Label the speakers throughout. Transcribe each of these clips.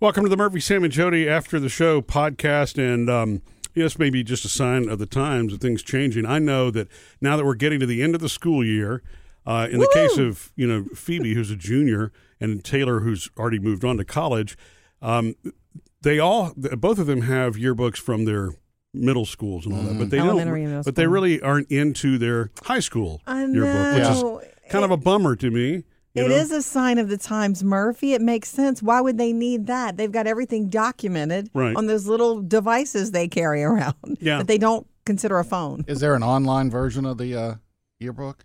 Speaker 1: Welcome to the Murphy, Sam, and Jody After the Show podcast. And um, yes, maybe just a sign of the times of things changing. I know that now that we're getting to the end of the school year, uh, in the case of you know Phoebe, who's a junior, and Taylor, who's already moved on to college, um, they all th- both of them have yearbooks from their middle schools and all that, but they
Speaker 2: Elementary and
Speaker 1: don't.
Speaker 2: middle
Speaker 1: But they
Speaker 2: school.
Speaker 1: really aren't into their high school
Speaker 2: I
Speaker 1: yearbook, which is
Speaker 2: know.
Speaker 1: kind of a bummer to me. you
Speaker 2: It
Speaker 1: know?
Speaker 2: is a sign of the times, Murphy. It makes sense. Why would they need that? They've got everything documented
Speaker 1: Right.
Speaker 2: on those little devices they carry around
Speaker 1: Yeah.
Speaker 2: that they don't consider a phone.
Speaker 3: Is there an online version of the uh, yearbook?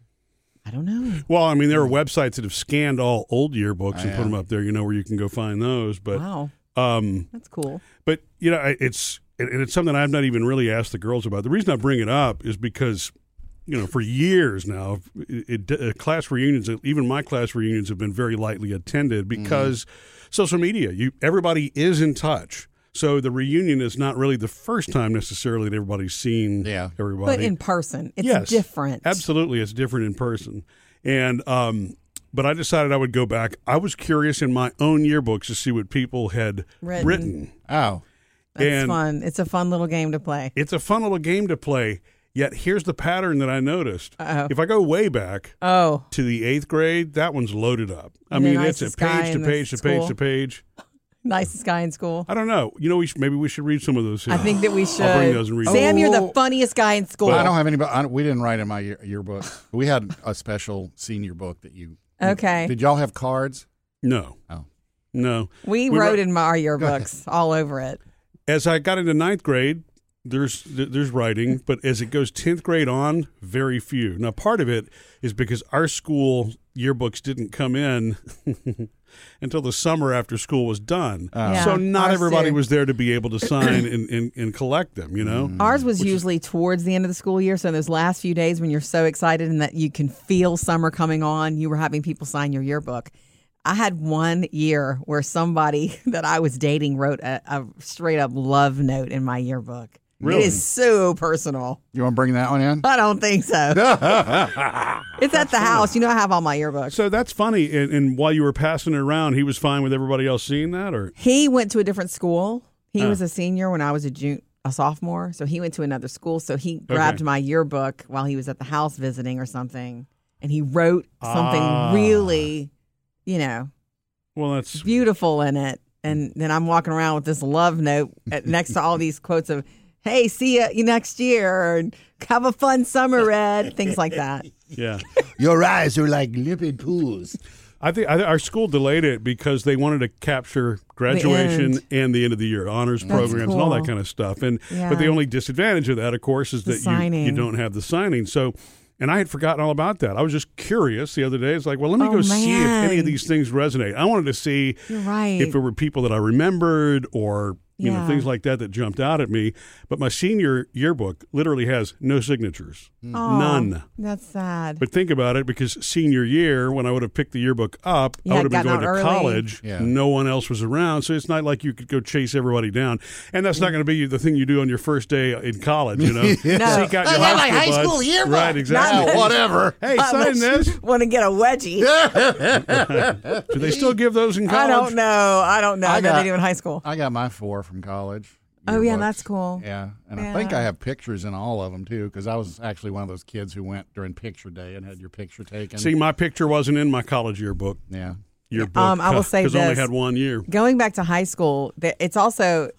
Speaker 2: I don't know.
Speaker 1: Well, I mean, there are websites that have scanned all old yearbooks and
Speaker 3: Oh,
Speaker 1: put
Speaker 3: yeah.
Speaker 1: them up there. You know where you can go find those. But,
Speaker 2: wow,
Speaker 1: um,
Speaker 2: that's cool.
Speaker 1: but you know, I- it's and and it's something I've not even really asked the girls about. The reason I bring it up is because, you know, for years now, it, it, uh, class reunions, even my class reunions, have been very lightly attended because social media. You everybody is in touch. So the reunion is not really the first time necessarily that everybody's seen
Speaker 3: Yeah.
Speaker 1: everybody.
Speaker 2: But in person, it's
Speaker 1: Yes.
Speaker 2: different.
Speaker 1: Absolutely, it's different in person. And um, but I decided I would go back. I was curious in my own yearbooks to see what people had written.
Speaker 2: Written.
Speaker 3: Oh,
Speaker 2: That's
Speaker 1: and-
Speaker 2: fun. It's a fun little game to play.
Speaker 1: It's a fun little game to play. Yet here's the pattern that I noticed.
Speaker 2: Uh-oh.
Speaker 1: If I go way back
Speaker 2: Oh,
Speaker 1: to the eighth grade, that one's loaded up. I
Speaker 2: The
Speaker 1: mean, it's a
Speaker 2: nicest guy
Speaker 1: page to
Speaker 2: in the
Speaker 1: page to page
Speaker 2: school.
Speaker 1: to page.
Speaker 2: nicest guy in school.
Speaker 1: I don't know. You know, we should, maybe we should read some of those. Here.
Speaker 2: I think that we should.
Speaker 1: I'll bring those and read
Speaker 2: Sam,
Speaker 1: them.
Speaker 2: you're the
Speaker 3: Oh.
Speaker 2: funniest guy in school.
Speaker 3: I don't have anybody. I, don't- we didn't write in my year, yearbook. We had a special senior book that you.
Speaker 2: okay,
Speaker 3: Did y'all have cards?
Speaker 1: no,
Speaker 3: Oh,
Speaker 1: no.
Speaker 2: we,
Speaker 1: we
Speaker 2: wrote,
Speaker 1: wrote-
Speaker 2: in my yearbooks all over it.
Speaker 1: as I got into ninth grade, there's th- there's writing, but as it goes tenth grade on, very few. Now, part of it is because our school yearbooks didn't come in until the summer after school was done,
Speaker 2: Yeah,
Speaker 1: so not
Speaker 2: ours
Speaker 1: everybody
Speaker 2: did.
Speaker 1: was there to be able to sign and, and, and collect them. You know,
Speaker 2: Ours was usually towards the end of the school year. So, in those last few days when you're so excited and that you can feel summer coming on, you were having people sign your yearbook. I had one year where somebody that I was dating wrote a, a straight up love note in my yearbook.
Speaker 1: Really?
Speaker 2: It is so personal.
Speaker 3: you want to bring that one in?
Speaker 2: I don't think so. it's at the house. You know, I have all my yearbooks.
Speaker 1: so that's funny. And, and while you were passing it around, he was fine with everybody else seeing that, or
Speaker 2: He went to a different school. He was a senior when I was a junior, a sophomore. So he went to another school. So he grabbed my yearbook while he was at the house visiting or something, and he wrote something
Speaker 1: Ah.
Speaker 2: really, you know,
Speaker 1: well, that's
Speaker 2: beautiful in it. And then I'm walking around with this love note at, next to all these quotes of "Hey, see you next year," and "Have a fun summer, Red," things like that.
Speaker 1: yeah.
Speaker 3: Your eyes are like limpid pools.
Speaker 1: I think I, think our school delayed it because they wanted to capture graduation
Speaker 2: end.
Speaker 1: and the end of the year honors programs and all that
Speaker 2: cool.
Speaker 1: kind of stuff. And
Speaker 2: Yeah.
Speaker 1: but the only disadvantage of that, of course, is
Speaker 2: The
Speaker 1: that you, you
Speaker 2: signing.
Speaker 1: don't have the signing. So. And I had forgotten all about that. I was just curious the other day. It's like, well, let me
Speaker 2: Oh,
Speaker 1: go see if any of
Speaker 2: man.
Speaker 1: these things resonate. I wanted to see
Speaker 2: You're right.
Speaker 1: if it were people that I remembered or you know
Speaker 2: Yeah.
Speaker 1: things like that that jumped out at me. But my senior yearbook literally has no signatures,
Speaker 2: Aw,
Speaker 1: none.
Speaker 2: That's sad.
Speaker 1: But think about it, because senior year, when I would have picked the yearbook up, I
Speaker 2: Yeah,
Speaker 1: would have been
Speaker 2: gotten
Speaker 1: going
Speaker 2: out
Speaker 1: to
Speaker 2: early.
Speaker 1: college.
Speaker 3: Yeah.
Speaker 1: No one else was around, so it's not like you could go chase everybody down. And that's not going to be the thing you do on your first day in college. You know, seek out your
Speaker 3: I got my high
Speaker 1: buds.
Speaker 3: school yearbook.
Speaker 1: Right, exactly.
Speaker 3: Oh, whatever.
Speaker 1: Hey, sign this.
Speaker 2: Want to get a wedgie?
Speaker 1: Do they still give those in
Speaker 2: I
Speaker 1: college?
Speaker 2: don't know. I don't know.
Speaker 3: I
Speaker 2: I know
Speaker 3: got-
Speaker 2: they do in high school.
Speaker 3: I got my four from college.
Speaker 2: Oh, yeah,
Speaker 3: yearbooks.
Speaker 2: that's cool.
Speaker 3: Yeah, and I think
Speaker 2: Yeah.
Speaker 3: I have pictures in all of them too, because I was actually one of those kids who went during picture day and had your picture taken.
Speaker 1: See, my picture wasn't in my college yearbook.
Speaker 3: yeah,
Speaker 1: Yearbook.
Speaker 2: Um, I will say
Speaker 1: because I only
Speaker 2: this.
Speaker 1: had one year.
Speaker 2: Going back to high school, th- it's also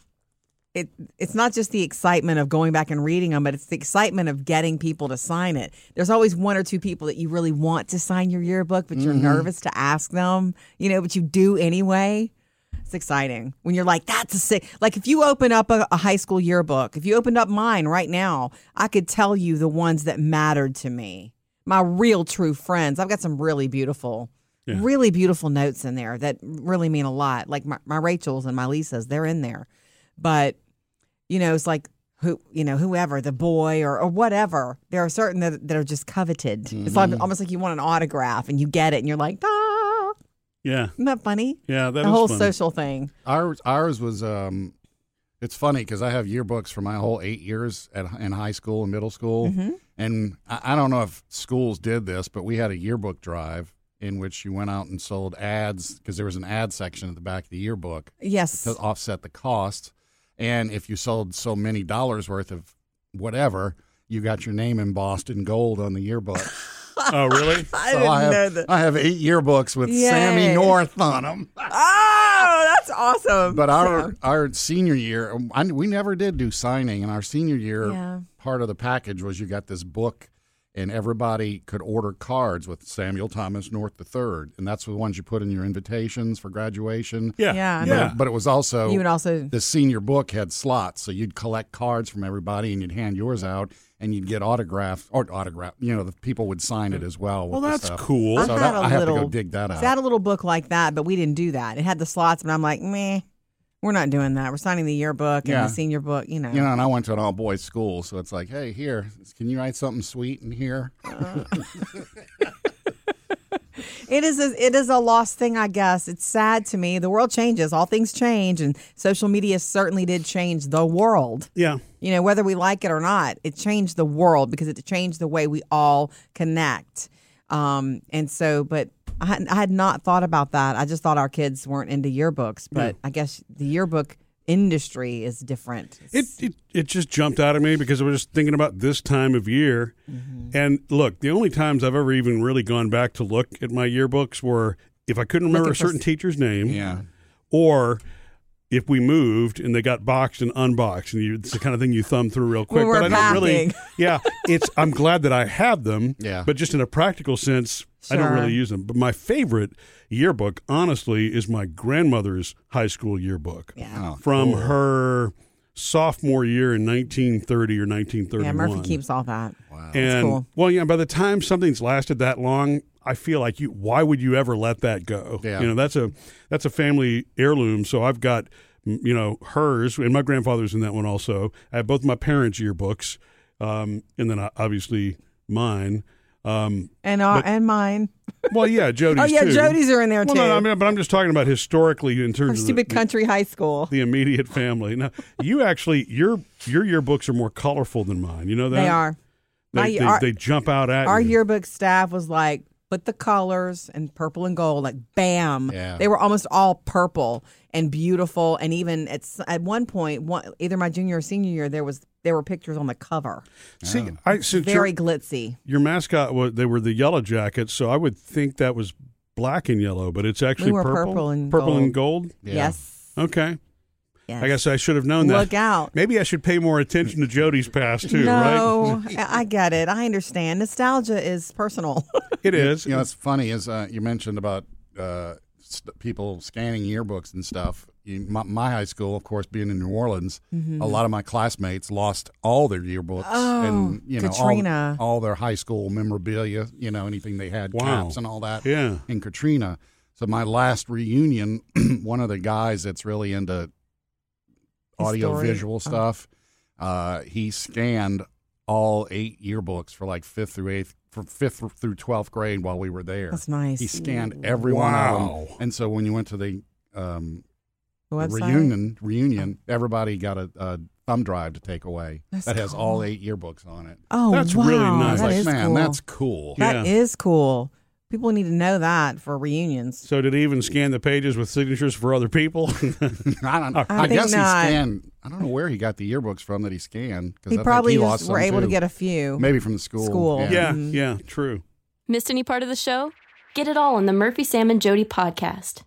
Speaker 2: it it's not just the excitement of going back and reading them, but it's the excitement of getting people to sign it. There's always one or two people that you really want to sign your yearbook, but you're nervous to ask them, you know, but you do anyway. It's exciting when you're like, that's a sick. Like, if you open up a, a high school yearbook, if you opened up mine right now, I could tell you the ones that mattered to me. My real true friends. I've got some really beautiful, really beautiful notes in there that really mean a lot. Like my, my Rachel's and my Lisa's, they're in there. But, you know, it's like, who, you know, whoever, the boy or, or whatever. There are certain that, that are just coveted. It's
Speaker 1: Mm-hmm.
Speaker 2: like, almost like you want an autograph and you get it and you're like, ah,
Speaker 1: Yeah,
Speaker 2: isn't that funny?
Speaker 1: yeah, that is
Speaker 2: the whole
Speaker 1: fun.
Speaker 2: social thing.
Speaker 3: ours ours was. Um, it's funny because I have yearbooks for my whole eight years at in high school
Speaker 2: Mm-hmm.
Speaker 3: and middle school, and I, I don't know if schools did this, but we had a yearbook drive in which you went out and sold ads because there was an ad section at the back of the yearbook
Speaker 2: Yes.
Speaker 3: to offset the cost. And if you sold so many dollars worth of whatever, you got your name embossed in gold on the yearbook.
Speaker 1: Oh, really?
Speaker 2: I
Speaker 3: So
Speaker 2: didn't
Speaker 3: have,
Speaker 2: know that.
Speaker 3: I have eight yearbooks with Sammy
Speaker 2: Yay.
Speaker 3: North on them.
Speaker 2: Oh, that's awesome.
Speaker 3: But
Speaker 2: So-
Speaker 3: our our senior year, um, I, we never did do signing. And our senior year,
Speaker 2: Yeah.
Speaker 3: part of the package was you got this book, and everybody could order cards with Samuel Thomas North III, and that's the ones you put in your invitations for graduation.
Speaker 1: Yeah.
Speaker 2: Yeah.
Speaker 3: But, it, but it was also
Speaker 2: you would also
Speaker 3: the senior book had slots, so you'd collect cards from everybody, and you'd hand yours out, and you'd get autograph or autograph. You know, the people would sign it as well.
Speaker 1: Well,
Speaker 3: with the
Speaker 1: that's
Speaker 3: stuff.
Speaker 1: cool.
Speaker 3: So
Speaker 2: I
Speaker 3: that,
Speaker 2: had a
Speaker 3: I have to go
Speaker 2: little-
Speaker 3: dig that out.
Speaker 2: So I had a little book like that, but we didn't do that. It had the slots, but I'm like, meh, we're not doing that. We're signing the yearbook and
Speaker 3: Yeah.
Speaker 2: the senior book, you know.
Speaker 3: you know, and I went to an all boys school, so it's like, hey, here, can you write something sweet in here?
Speaker 2: It is a, it is a lost thing, I guess. It's sad to me. The world changes, all things change, and social media certainly did change the world.
Speaker 1: Yeah.
Speaker 2: You know, whether we like it or not, it changed the world because it changed the way we all connect. Um, and so, but I had, I had not thought about that. I just thought our kids weren't into yearbooks, but I guess the yearbook industry is different.
Speaker 1: It, it it just jumped out at me because I was just thinking about this time of year. And look, the only times I've ever even really gone back to look at my yearbooks were if I couldn't remember
Speaker 2: Looking
Speaker 1: a
Speaker 2: for
Speaker 1: certain teacher's name,
Speaker 3: Yeah.
Speaker 1: or if we moved and they got boxed and unboxed, and you, it's the kind of thing you thumb through real quick.
Speaker 2: When we're
Speaker 1: but I don't really,
Speaker 2: packing.
Speaker 1: yeah. It's I'm glad that I have them,
Speaker 3: Yeah.
Speaker 1: But just in a practical sense, I don't
Speaker 2: Sure.
Speaker 1: really use them. But my favorite yearbook, honestly, is my grandmother's high school yearbook
Speaker 2: yeah.
Speaker 3: Oh,
Speaker 1: from her sophomore year in 1930 or 1931.
Speaker 2: Yeah, Murphy keeps all that.
Speaker 3: wow.
Speaker 1: And
Speaker 2: Oh, cool.
Speaker 1: well, yeah. By the time something's lasted that long, I feel like you. Why would you ever let that go?
Speaker 3: Yeah.
Speaker 1: You know, that's a that's a family heirloom. So I've got m- you know hers and my grandfather's in that one also. I have both my parents' yearbooks, um, and then uh, obviously mine. Um,
Speaker 2: And our, and mine.
Speaker 1: well, yeah, Jody's.
Speaker 2: Oh yeah,
Speaker 1: too.
Speaker 2: Jody's are in there
Speaker 1: Well,
Speaker 2: too.
Speaker 1: no, I mean, but I'm just talking about historically in
Speaker 2: Our
Speaker 1: terms of the-
Speaker 2: stupid country high school.
Speaker 1: the immediate family. Now, you actually your your yearbooks are more colorful than mine. You know that
Speaker 2: They are.
Speaker 1: They,
Speaker 2: My-
Speaker 1: they,
Speaker 2: our-
Speaker 1: they jump out at
Speaker 2: Our
Speaker 1: you.
Speaker 2: yearbook staff was like, put the colors and purple and gold, like bam.
Speaker 3: Yeah.
Speaker 2: They were almost all purple and beautiful. And even at s- at one point, one, either my junior or senior year, there was there were pictures on the cover,
Speaker 1: See, I since
Speaker 2: very
Speaker 1: your,
Speaker 2: glitzy.
Speaker 1: your mascot was they were the yellow jackets, so I would think that was black and yellow, but it's actually
Speaker 2: were
Speaker 1: purple,
Speaker 2: purple and
Speaker 1: and gold.
Speaker 3: Yeah.
Speaker 2: Yes,
Speaker 1: Okay,
Speaker 2: yes.
Speaker 1: I guess I should have known
Speaker 2: Look
Speaker 1: that.
Speaker 2: out.
Speaker 1: Maybe I should pay more attention to Jody's past too.
Speaker 2: no, I I get it. I understand. Nostalgia is personal.
Speaker 1: Right? It is.
Speaker 3: You know, it's funny is uh, you mentioned about uh, st- people scanning yearbooks and stuff. You, my, my high school, of course, being in New Orleans, a lot of my classmates lost all their yearbooks and you know all-
Speaker 2: Katrina.
Speaker 3: All, their high school memorabilia. You know, anything they had,
Speaker 1: Wow.
Speaker 3: caps and all that.
Speaker 1: Yeah.
Speaker 3: in Katrina. So my last reunion, one of the guys that's really into audio
Speaker 2: Historic.
Speaker 3: visual stuff, uh, he scanned all eight yearbooks for like fifth through eighth, for fifth through twelfth grade while we were there.
Speaker 2: That's nice.
Speaker 3: He scanned every one
Speaker 1: Wow.
Speaker 3: of them, and so when you went to the um,
Speaker 2: The
Speaker 3: the
Speaker 2: website?
Speaker 3: reunion, reunion, everybody got a, a thumb drive to take away
Speaker 2: That's
Speaker 3: that has
Speaker 2: cool.
Speaker 3: all eight yearbooks on it.
Speaker 2: Oh,
Speaker 1: That's
Speaker 2: wow.
Speaker 1: really
Speaker 3: I
Speaker 1: nice.
Speaker 3: was
Speaker 2: That
Speaker 3: like,
Speaker 2: is
Speaker 3: man,
Speaker 2: cool.
Speaker 3: that's cool.
Speaker 2: That
Speaker 1: Yeah.
Speaker 2: is cool. People need to know that for reunions.
Speaker 1: So did he even scan the pages with signatures for other people?
Speaker 3: I don't. I,
Speaker 2: think
Speaker 3: guess
Speaker 2: not.
Speaker 3: he scanned. I don't know where he got the yearbooks from that he scanned because
Speaker 2: He
Speaker 3: I
Speaker 2: probably
Speaker 3: think he
Speaker 2: just
Speaker 3: lost
Speaker 2: were
Speaker 3: some,
Speaker 2: able to
Speaker 3: too.
Speaker 2: get a few.
Speaker 3: maybe from the school.
Speaker 2: School.
Speaker 3: Yeah.
Speaker 1: yeah,
Speaker 2: Mhm.
Speaker 1: yeah, true.
Speaker 4: Missed any part of the show? Get it all on the Murphy, Sam, and Jody podcast.